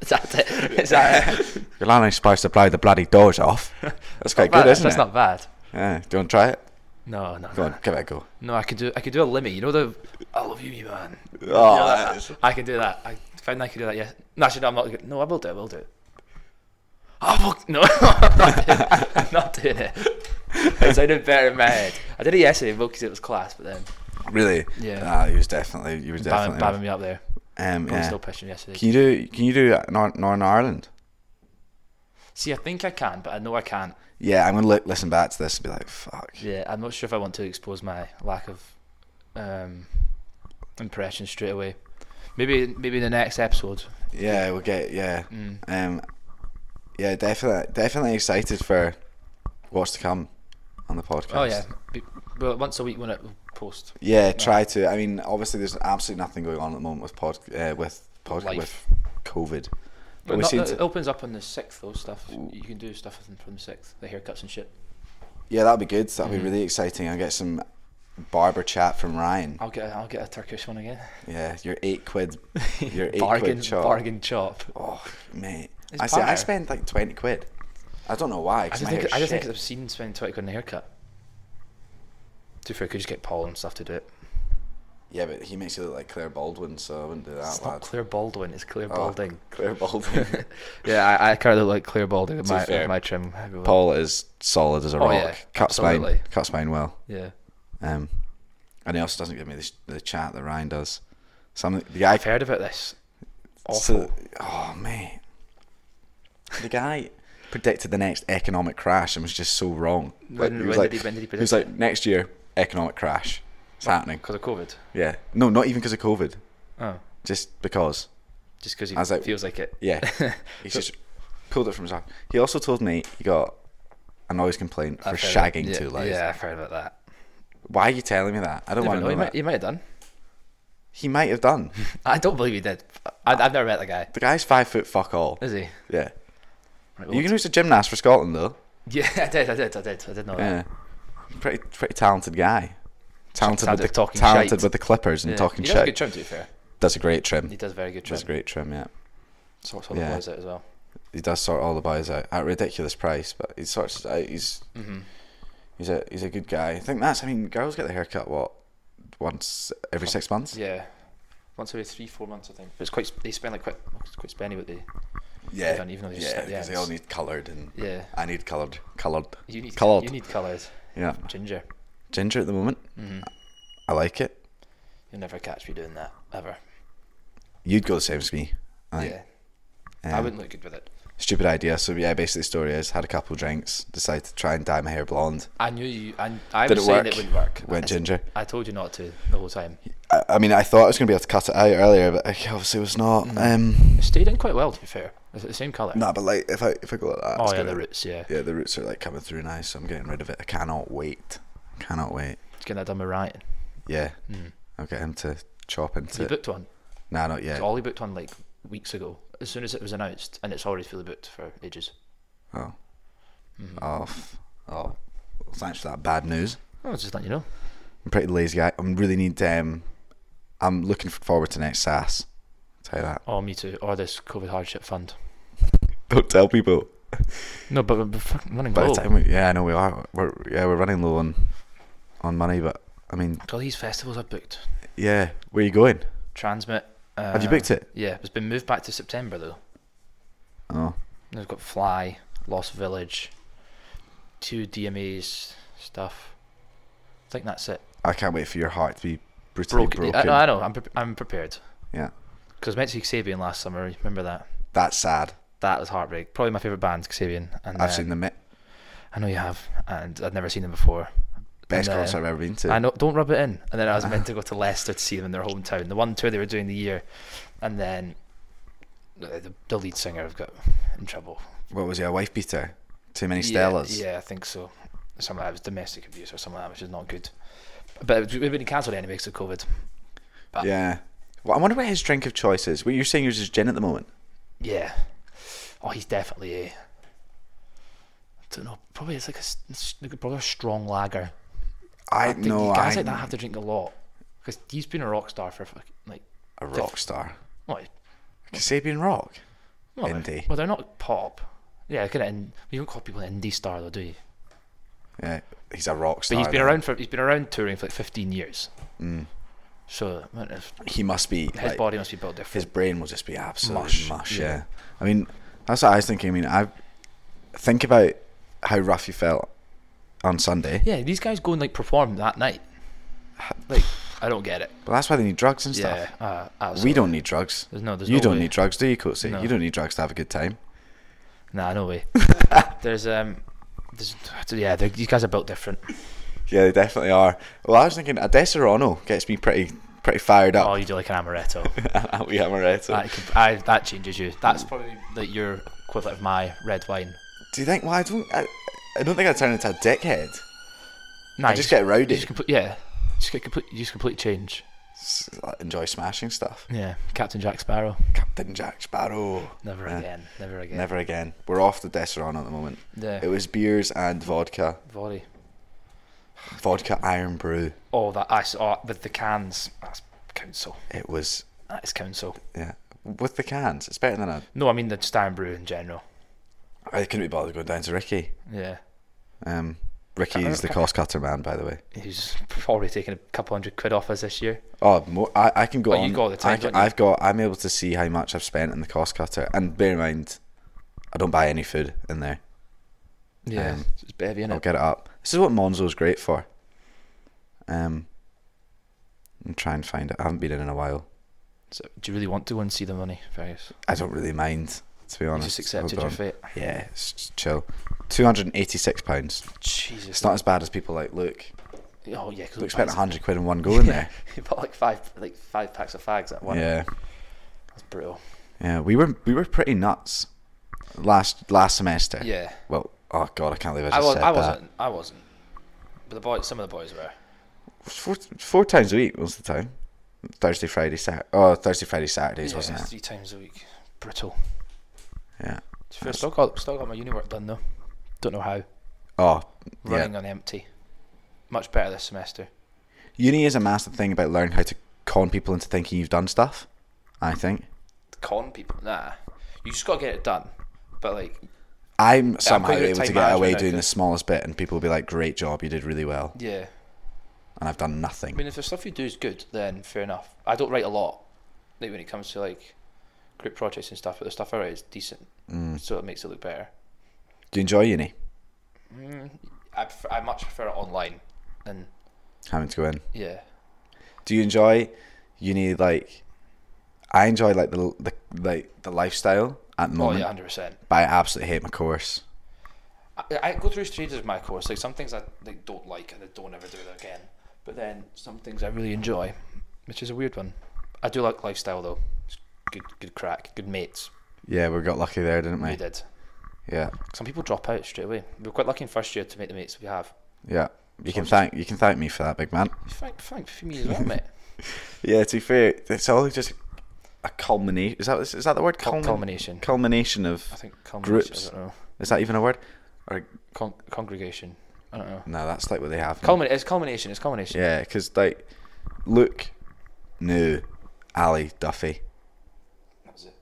B: Is that it? Is that it?
A: Your landlady's supposed to blow the bloody doors
B: <laughs>
A: off. That's quite
B: That-
A: good, isn't
B: That's
A: it?
B: not bad.
A: Yeah. Do you want to try it?
B: No, no,
A: Go
B: no,
A: on, give it a go.
B: no. I could do. I could do a limmy. You know the. I love you, me man.
A: Oh,
B: You know that-
A: that is-
B: I can do that. I found I could do that. Yeah. No, actually, no. I'm not. good. No, I will do. it, I will do. it. I will. No, <laughs> I'm not doing it. I'm not doing it. It sounded better in my head. I did it yesterday because it was class, but then
A: really?
B: Yeah.
A: Nah, he was definitely. He was definitely.
B: bamming, bamming me up there.
A: um,
B: Probably
A: yeah.
B: still pissing yesterday.
A: Can you do? Can you do North, Northern Ireland?
B: See, I think I can, but I know I can't.
A: Yeah, I'm gonna li- listen back to this and be like, fuck.
B: Yeah, I'm not sure if I want to expose my lack of um, impression straight away. Maybe maybe the next episode.
A: Yeah, we'll get yeah.
B: Mm.
A: Um, yeah, definitely, definitely excited for what's to come on the podcast.
B: Oh yeah, Be- well once a week when it will post.
A: yeah. Try to. I mean, obviously, there's absolutely nothing going on at the moment with pod uh, with pod
B: Life.
A: with COVID. But
B: But
A: we
B: not-
A: seem
B: it
A: to,
B: opens up on the sixth though. Stuff you can do stuff from- from the sixth, the haircuts and shit.
A: yeah, that'd be good. That'd
B: Mm.
A: be really exciting. I'll get some barber chat from Ryan.
B: I'll get a, I'll get a Turkish one again.
A: Yeah, your eight
B: <laughs>
A: quid, <laughs> your eight
B: bargain
A: quid chop.
B: bargain chop.
A: Oh mate,
B: It's
A: I see. I
B: bar.
A: spend like twenty quid. I don't know why.
B: I
A: 'cause
B: just
A: my
B: think
A: hair's
B: I just think
A: shit.
B: it's obscene spending twenty quid on a haircut. Too fair, I could just get Paul and stuff to do it.
A: yeah, but he makes you look like Claire Baldwin, so I wouldn't do that.
B: It's
A: lad.
B: not Claire Baldwin. It's Claire
A: Oh,
B: Balding.
A: <laughs> Claire Baldwin.
B: <laughs> Yeah, I, I currently look like Claire Balding with
A: To be
B: my
A: fair,
B: with my trim.
A: Paul is solid as a rock.
B: Oh, yeah,
A: cuts
B: absolutely.
A: mine. Cuts mine well.
B: Yeah.
A: Um, and he also doesn't give me the, sh- the chat that Ryan does. Something the guy
B: I've heard about this. Awful.
A: so- oh mate, the guy predicted the next economic crash and was just so wrong.
B: When-
A: he
B: when
A: was
B: did
A: like,
B: he- when did he
A: was like next year economic crash. It's happening.
B: Because of COVID.
A: Yeah. No, not even because of COVID.
B: Oh,
A: Just because.
B: just because he
A: I was like-
B: feels like it. <laughs>
A: Yeah. He's just pulled it from his arm. He also told me he got a noise complaint for
B: I've heard about-
A: shagging
B: yeah,
A: too loud.
B: Yeah, I've heard about that.
A: Why are you telling me that? I don't
B: Never
A: want
B: know.
A: to
B: He
A: know.
B: might,
A: that.
B: he might have done.
A: He might have done.
B: <laughs> I don't believe he did. I, I've never met the guy.
A: The guy's five foot fuck all.
B: Is he?
A: Yeah.
B: Right, well,
A: You can who's a gymnast for Scotland though.
B: <laughs> yeah, I did. I did. I did. I did know that.
A: Yeah. Pretty pretty talented guy. Talented with
B: Talented
A: the
B: talking
A: talented
B: shite.
A: with the clippers and
B: Yeah.
A: talking
B: he does a
A: shit.
B: good trim, to be fair.
A: does a great trim.
B: He does a very good trim.
A: Does a great trim, yeah.
B: Sorts all the
A: yeah.
B: boys out as well.
A: He does sort all the boys out at a ridiculous price, but he sorts it out. He's
B: Mm-hmm.
A: he's a he's a good guy. I think that's I mean, girls get the haircut what once every six months?
B: Yeah. Once every three, four months, I think. But it's quite. They spend like quite, it's quite spendy with the.
A: Yeah,
B: Even- even though they just-
A: yeah,
B: yeah,
A: because they
B: it's-
A: all need coloured, and
B: Yeah.
A: I need coloured, coloured,
B: You need.
A: coloured.
B: You need colours.
A: yeah,
B: Ginger.
A: ginger at the moment.
B: Mm-hmm.
A: I like it.
B: You'll never catch me doing that ever.
A: You'd go the same as me. I think.
B: Yeah.
A: Um,
B: I wouldn't look good with it.
A: Stupid idea. So yeah, basically the story is had a couple drinks, decided to try and dye my hair blonde.
B: I knew you. I, I
A: Did
B: was
A: it
B: saying
A: work?
B: it wouldn't work.
A: Went
B: I-
A: ginger.
B: I told you not to the whole time.
A: I, I mean, I thought I was gonna be able to cut it out earlier, but I obviously was not.
B: Mm.
A: Um,
B: It stayed in quite well, to be fair. Is it the same colour?
A: no, but like if I if I go like that,
B: Oh
A: it's
B: yeah,
A: gonna-
B: the roots. Yeah,
A: yeah, the roots are like coming through now, so I'm getting rid of it. I cannot wait. Cannot wait.
B: it's gonna have done my right.
A: Yeah,
B: Mm.
A: I'll get him to chop
B: He
A: into. it.
B: booked one.
A: Nah, not yet.
B: Ollie booked one like weeks ago. As soon as it was announced, and it's already fully booked for ages. Mm-hmm.
A: Oh. Oh. f- Oh. Thanks for that bad news.
B: I was just letting you know.
A: I'm a pretty lazy guy. I'm really need. Um, I'm looking forward to next SAS. Tell you that.
B: Oh, me too. Or this COVID hardship fund.
A: Don't tell people.
B: No, but we're fucking running
A: By
B: low.
A: the time we, yeah, I know we are. We're yeah, we're running low on on money, but I mean,
B: All these festivals I've booked.
A: yeah. Where are you going?
B: Transmit. Uh,
A: Have you booked it?
B: Yeah, it's been moved back to September though.
A: Oh,
B: And I've got Fly, Lost Village, two DMAs stuff. I think that's it.
A: I can't wait for your heart to be brutally
B: Broken. I,
A: broken.
B: no, I know. I'm pre- I'm prepared.
A: Yeah,
B: Because I went to Kasabian last summer. Remember that?
A: that's sad.
B: That was heartbreak. Probably my favorite band, Kasabian. And
A: I've
B: then-
A: seen the me-
B: I know you have, and I'd never seen them before.
A: best
B: And, uh,
A: concert I've ever been to.
B: I know. Don't rub it in. And then
A: <laughs>
B: I was meant to go to Leicester to see them in their hometown, the one tour they were doing the year, and then uh, the, the lead singer got in trouble.
A: What was he? A wife beater? Too many
B: Yeah,
A: Stellas.
B: Yeah, I think so. Some of that was domestic abuse or some of that, which is not good. But it- we've been cancelled anyway because of COVID. But-
A: Yeah. Well, I wonder what his drink of choice is. Well, you're saying yours is gin at the moment.
B: Yeah. Oh, he's definitely a. I don't know. Probably it's like a, s- s- like a- probably a strong lager.
A: I,
B: think
A: know.
B: guys
A: I
B: like that have to drink a lot because he's been a rock star for fuck- like.
A: a rock star.
B: What?
A: Kasabian rock.
B: Well,
A: Indie.
B: Well, they're not pop. Yeah, kind of. In, you don't call people an indie star though, do you?
A: Yeah, he's a rock
B: But
A: star.
B: he's been
A: then.
B: around for he's been around touring for like 15 years.
A: Mm.
B: So I don't know if-
A: He must be.
B: his
A: like,
B: body must be built
A: his
B: different.
A: brain will just be absolute
B: Mush,
A: mush.
B: yeah.
A: yeah. I mean, that's what I was thinking. I mean, I think about how rough you felt on Sunday.
B: yeah, these guys go and like perform that night.
A: <sighs>
B: Like, I don't get it.
A: But that's why they need drugs and stuff.
B: Yeah, uh, absolutely.
A: We don't need drugs.
B: There's no- there's
A: you
B: no
A: don't
B: way.
A: need drugs, do you, Coatsy?
B: No.
A: You don't need drugs to have a good time.
B: Nah, no
A: <laughs>
B: way. there's um, there's yeah, they're- these guys are built different.
A: Yeah, they definitely are. Well, I was thinking a Deserano gets me pretty pretty fired
B: Oh,
A: up.
B: you do like an
A: <laughs>
B: amaretto.
A: we have a red.
B: that could, Oh, I, that changes you. That's probably like your equivalent of my red wine.
A: Do you think? Well, I don't. I, I don't think I turn into a dickhead.
B: Nice.
A: I just get
B: You
A: rowdy.
B: just complete, yeah. Just get complete. You just complete change.
A: S- like, Enjoy smashing stuff.
B: Yeah, Captain Jack Sparrow.
A: Captain Jack Sparrow.
B: Never
A: Yeah.
B: again. Never again.
A: Never again. We're off the Deseron at the moment. It
B: Yeah.
A: was beers and vodka.
B: Volley.
A: Vodka Iron Brew.
B: Oh, that I saw with the cans. That's council.
A: It was
B: That is council.
A: yeah. With the cans, it's better than a.
B: No, I mean the Stein Brew in general.
A: I couldn't be bothered going down to Ricky.
B: Yeah.
A: Um, Ricky's the cost cutter man, by the way.
B: He's probably taking a couple hundred quid off us this year.
A: Oh, more, I, I can go
B: Oh,
A: on.
B: you go all the time,
A: I
B: don't you?
A: have got. I'm able to see how much I've spent in the cost cutter, and bear in mind, I don't buy any food in there.
B: Yeah.
A: Um,
B: it's a bit heavy, innit?
A: I'll get it up. This is what Monzo's great for. Um, and try and find it. I haven't been in in a while.
B: So, do you really want to go and see the money, Fergus?
A: I don't really mind, to be
B: You
A: honest.
B: just accepted
A: Hold
B: your
A: on.
B: fate.
A: Yeah, it's just chill. Two hundred and eighty-six pounds.
B: Jesus.
A: It's not as bad as people like look.
B: Oh yeah, because
A: Look, spent
B: <laughs>
A: hundred quid in one go in there.
B: You bought like five, like five packs of fags at one.
A: Yeah,
B: That's brutal.
A: yeah. We were we were pretty nuts last last semester.
B: Yeah.
A: Well, oh god, I can't believe I
B: I,
A: just
B: was.
A: said
B: I
A: that.
B: wasn't. I wasn't. But the boys, some of the boys were.
A: Four, four times a week was the time. Thursday, Friday, Saturday. Oh, Thursday, Friday, Saturdays,
B: Yeah,
A: wasn't it?
B: three times a week. Brutal.
A: Yeah.
B: Fair, still got still got my uni work done though. Don't know how.
A: Oh, yeah.
B: Running on empty. Much better this semester.
A: Uni is a massive thing about learning how to con people into thinking you've done stuff. I think
B: Con people, nah. You just gotta get it done. But like,
A: I'm somehow
B: pretty good at
A: able to
B: time
A: get away
B: management, I
A: doing the
B: think.
A: smallest bit, and people will be like, "Great job, you did really well,"
B: yeah.
A: and I've done
B: I
A: nothing.
B: mean, if the stuff you do is good, then fair enough. I don't write a lot. Like when it comes to like group projects and stuff, but the stuff I write is decent, so it makes it look better.
A: Do you enjoy uni?
B: I prefer, I much prefer it online than
A: Having to go in.
B: yeah.
A: Do you enjoy uni? Like, I enjoy like the the like the lifestyle at the
B: Oh
A: moment,
B: yeah, hundred percent.
A: but I absolutely hate my course.
B: I, I go through stages of my course. Like some things I like, don't like and I don't ever do it again. But then some things I really enjoy, which is a weird one. I do like lifestyle though. It's good, good crack, good mates.
A: Yeah, we got lucky there, didn't
B: We
A: we?
B: did.
A: Yeah,
B: Some people drop out straight away. We were quite lucky in first year to make the mates we have.
A: yeah. You can thank you can thank me for that, big man.
B: Thank, thank for me as well, <laughs> mate.
A: Yeah, to be fair, it's all just a culmination. Is that is that the word?
B: Cul-
A: Culmin-
B: culmination.
A: Culmination
B: I
A: of
B: think congregation.
A: Groups.
B: I don't know.
A: is that even a word? Or
B: Con- congregation. I don't know.
A: no, that's like what they have. now.
B: Culmin- it's culmination. It's culmination.
A: Yeah, because like, Luke, no, Ali Duffy,
B: That was it.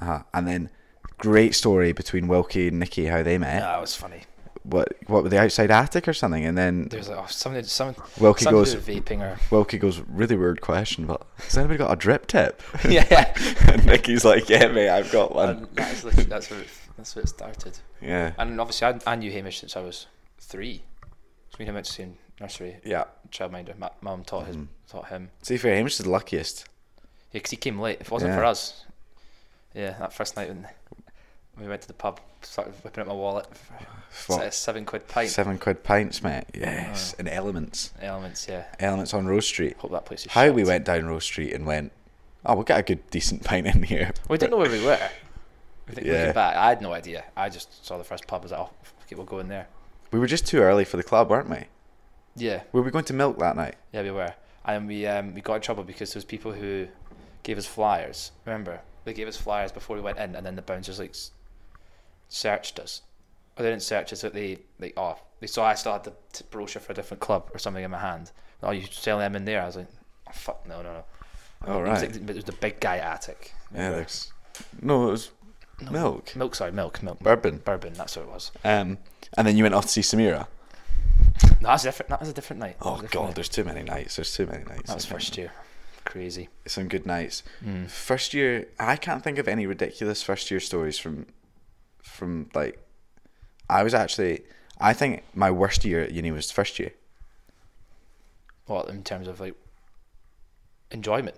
A: uh-huh. and then great story between Wilkie and Nikki how they met.
B: Ah, that was funny.
A: What what were they outside attic or something? And then
B: There's like oh, something. Something.
A: Wilkie
B: something
A: goes-
B: to do with vaping
A: <laughs>
B: or
A: Wilkie goes really weird question, but has anybody got a drip tip?
B: <laughs> yeah.
A: <laughs> and Nikki's like, yeah, mate, I've got one.
B: And that's literally- that's where it, that's where it started.
A: <laughs> Yeah,
B: And obviously, I, I knew Hamish since I was three. So we and him went to the same nursery.
A: yeah. Mm-hmm.
B: Childminder. My mum taught his taught him.
A: To be fair, Hamish is the luckiest.
B: Yeah, 'cause he came late. If it wasn't
A: Yeah.
B: for us, yeah, that first night when we went to the pub, started whipping out my wallet. For
A: What?
B: a seven quid pint. Oh.
A: Seven quid pints, mate. Yes, and elements,
B: Elements, yeah.
A: elements on Rose Street.
B: Hope that place is.
A: How
B: shut.
A: we went down Rose Street and went, oh, we'll get a good decent pint in here.
B: We didn't know where
A: <laughs>
B: we were. I think
A: Yeah.
B: looking back, I had no idea. I just saw the first pub. I was like, oh, fuck it, we'll go in there.
A: We were just too early for the club, weren't we?
B: Yeah.
A: Were we going to milk that night?
B: Yeah, we were, and we um, we got in trouble because there was people who gave us flyers. Remember, they gave us flyers before we went in, and then the bouncers like s- searched us. Or they didn't search us, but they they oh they saw I still had the t- brochure for a different club or something in my hand. Oh, you selling them in there? I was like, oh, fuck no no no.
A: All
B: It was,
A: right.
B: like, the- it was the big guy attic.
A: yeah, there's no, it was milk,
B: Milk, sorry, milk, milk,
A: bourbon.
B: bourbon. That's what it was.
A: Um, and then you went off to see Samira.
B: No, that's different. That was a different night. That
A: Oh
B: was a different
A: God,
B: night.
A: there's too many nights. There's too many nights.
B: that was
A: I can't-
B: first year. Crazy.
A: Some good nights.
B: Hmm.
A: First year, I can't think of any ridiculous first year stories from, from like, I was actually, I think my worst year at uni was first year.
B: Well, in terms of like enjoyment.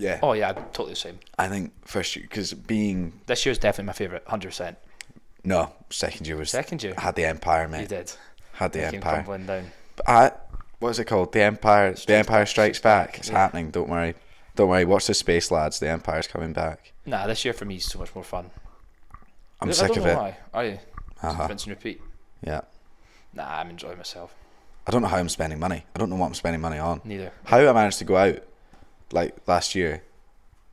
A: Yeah.
B: Oh yeah, totally the same.
A: I think first year because being
B: This year's definitely my favourite, hundred percent.
A: no second year was
B: Second year,
A: had the empire mate.
B: you did.
A: Had the
B: It Came
A: empire.
B: crumbling down.
A: I, what is it called? The Empire. the Empire Strikes Back. It's happening. Don't worry. Don't worry. Watch the space, lads. The Empire's coming back.
B: Nah, this year for me is so much more fun.
A: I'm
B: I- I
A: sick
B: don't
A: of
B: know
A: it.
B: Why? Are you?
A: Uh-huh.
B: Rinse and repeat.
A: Yeah.
B: Nah, I'm enjoying myself.
A: I don't know how I'm spending money. I don't know what I'm spending money on.
B: Neither.
A: How I managed to go out, like last year,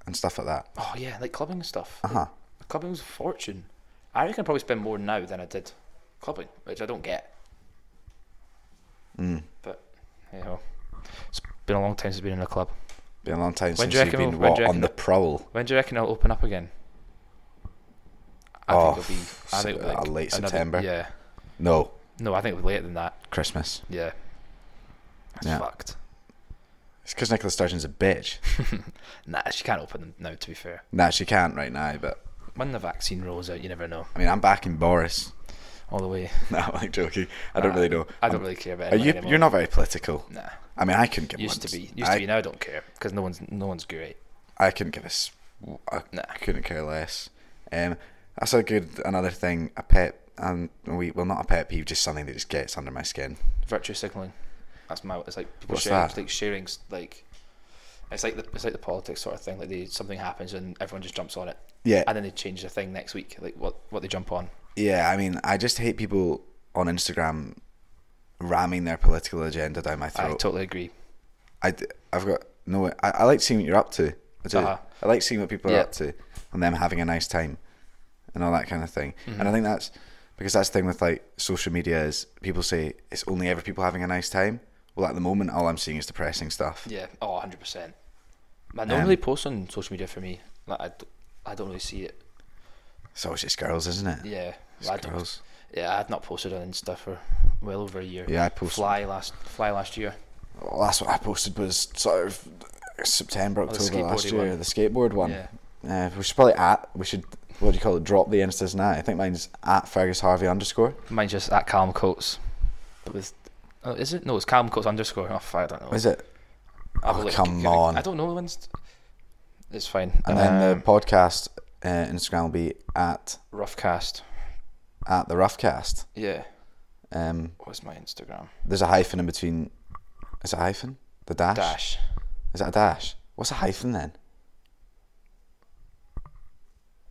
A: and stuff like that.
B: Oh yeah, like clubbing and stuff.
A: Uh huh.
B: Clubbing was a fortune. I reckon I probably spend more now than I did clubbing, which I don't get.
A: Mm.
B: But you know, it's been a long time since I've been in a club.
A: Been a long time
B: When
A: since
B: do you
A: you've
B: reckon
A: been
B: we'll- when
A: what
B: do you
A: on
B: reckon-
A: the prowl.
B: When do you reckon I'll open up again? I
A: Oh,
B: think it'll be. I think it'll be
A: uh,
B: like
A: late
B: another-
A: September.
B: Yeah.
A: No,
B: No, I think it'll be later than that.
A: Christmas.
B: Yeah. That's
A: Yeah.
B: fucked.
A: It's because Nicola Sturgeon's a bitch. <laughs>
B: Nah, she can't open them now, to be fair.
A: nah, she can't right now. But
B: When the vaccine rolls out, you never know.
A: I mean, I'm backing Boris. <laughs>
B: all the way.
A: No, I'm like joking. I don't
B: Nah,
A: really know.
B: I don't
A: I'm-
B: really care about
A: Are
B: it
A: you?
B: anymore.
A: You're not very political.
B: Nah.
A: I mean, I couldn't give.
B: Used to
A: one's-
B: be. Used
A: I,
B: to be. Now I don't care because no one's no one's great.
A: I couldn't give a. s- I
B: Nah.
A: couldn't care less. Um, that's a good another thing. A pet and we well not a pet peeve, just something that just gets under my skin.
B: Virtue signaling. That's my. It's like people
A: What's
B: sharing.
A: that?
B: It's like sharing. s- Like it's like the it's like the politics sort of thing. Like they, something happens and everyone just jumps on it,
A: Yeah,
B: and then they change the thing next week. Like what what they jump on.
A: yeah. I mean, I just hate people on Instagram ramming their political agenda down my
B: I
A: throat.
B: totally agree.
A: I, have got no. I, I like seeing what you're up to. I do.
B: Uh-huh.
A: I like seeing what people
B: Yeah.
A: are up to, and them having a nice time, and all that kind of thing.
B: Mm-hmm.
A: And I think that's because that's the thing with like social media is people say it's only ever people having a nice time. Well, at the moment, all I'm seeing is depressing stuff.
B: Yeah. Oh, 100 percent. Man,
A: Um,
B: no one really posts on social media for me. Like I, d- I don't really see it.
A: So it's just girls, isn't it?
B: Yeah.
A: It's
B: I don't,
A: girls.
B: yeah. I've not posted on Insta for well over a year.
A: Yeah, I post.
B: Fly last fly last year.
A: Well, that's what I posted was sort of September,
B: Oh, the
A: October last
B: skateboardy
A: year.
B: one.
A: The skateboard one.
B: Yeah.
A: Uh, we should probably at we should what do you call it? Drop the instas now. I think mine's at Fergus Harvey underscore.
B: Mine's just at Calm Coats. With, oh, is it? No, it's Calm Coats underscore. Oh, fuck, I don't know.
A: Is it?
B: I've
A: Oh,
B: only-
A: come on.
B: I don't know when's. It's fine.
A: And
B: Um,
A: then the podcast uh, Instagram will be at
B: rough cast.
A: at the roughcast.
B: Yeah.
A: Um,
B: What's my Instagram?
A: there's a hyphen in between. Is it a hyphen? The dash?
B: Dash.
A: Is that a dash? What's a hyphen then?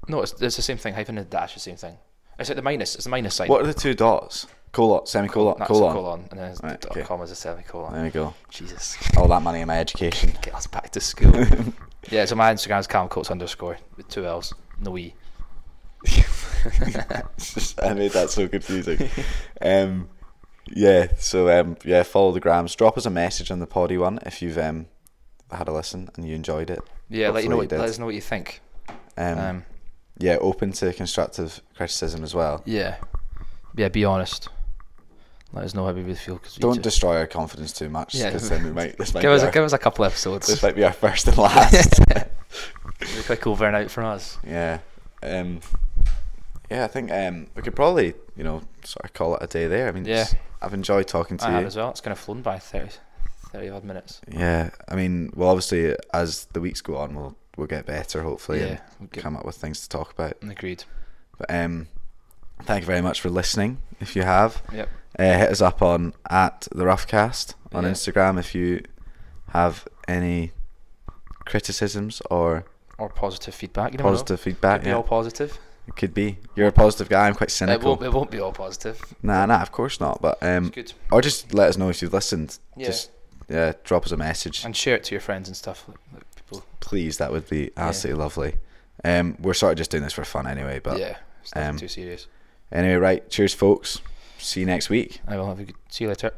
B: No, it's, it's the same thing. Hyphen and dash, is the same thing. It's like the minus. It's the minus sign.
A: What are the two dots? Colon, semicolon,
B: That's
A: colon.
B: a colon, and then it's
A: Right,
B: the
A: okay.
B: dot com is a semicolon.
A: There we go.
B: Jesus,
A: All that money in my education.
B: get us back to school. yeah, so my Instagram is Calm Coats underscore with two L's, no E.
A: <laughs> I made that so <laughs> confusing. um, yeah. So um, yeah, follow the grams. Drop us a message on the poddy one if you've um, had a listen and you enjoyed it.
B: Yeah, let you know.
A: Hopefully
B: What,
A: you
B: let
A: did.
B: us know what you think.
A: Um,
B: Um,
A: yeah, open to constructive criticism as well.
B: Yeah. Yeah, be honest. Let us know how we really feel. Cause we
A: Don't
B: ju-
A: destroy our confidence too much.
B: Yeah.
A: 'cause then we might.
B: <laughs>
A: This might,
B: give
A: be
B: us, a,
A: our-
B: give us a couple episodes.
A: this might be our first
B: <laughs>
A: and last.
B: It's a quick over and out from us.
A: yeah. Um, yeah, I think um, we could probably, you know, sort of call it a day there. I mean,
B: Yeah.
A: it's- I've enjoyed talking to
B: I
A: you.
B: have as well. It's kind of flown by 30, 30 odd minutes.
A: Yeah, I mean, well, obviously, as the weeks go on, we'll we'll get better, hopefully,
B: Yeah, we'll
A: and
B: get-
A: come up with things to talk about.
B: Agreed.
A: But um, thank you very much for listening. If you have,
B: Yep.
A: uh, hit us up on at the Roughcast on
B: Yeah.
A: Instagram if you have any criticisms or
B: Or positive feedback. You never know.
A: positive
B: Could
A: feedback.
B: be
A: yeah.
B: all positive.
A: it could be. You're a positive guy. I'm quite
B: It
A: cynical.
B: won't, it won't be all positive.
A: Nah, nah, of course not. But um,
B: It's good.
A: or just let us know if you've listened.
B: Yeah.
A: Just yeah, drop us a message.
B: And share it to your friends and stuff. Like, like people.
A: please that would be absolutely lovely um we're sort of just doing this for fun anyway but
B: yeah. It's nothing
A: um,
B: too serious.
A: anyway right cheers folks see you next week
B: I will have a good. See you later.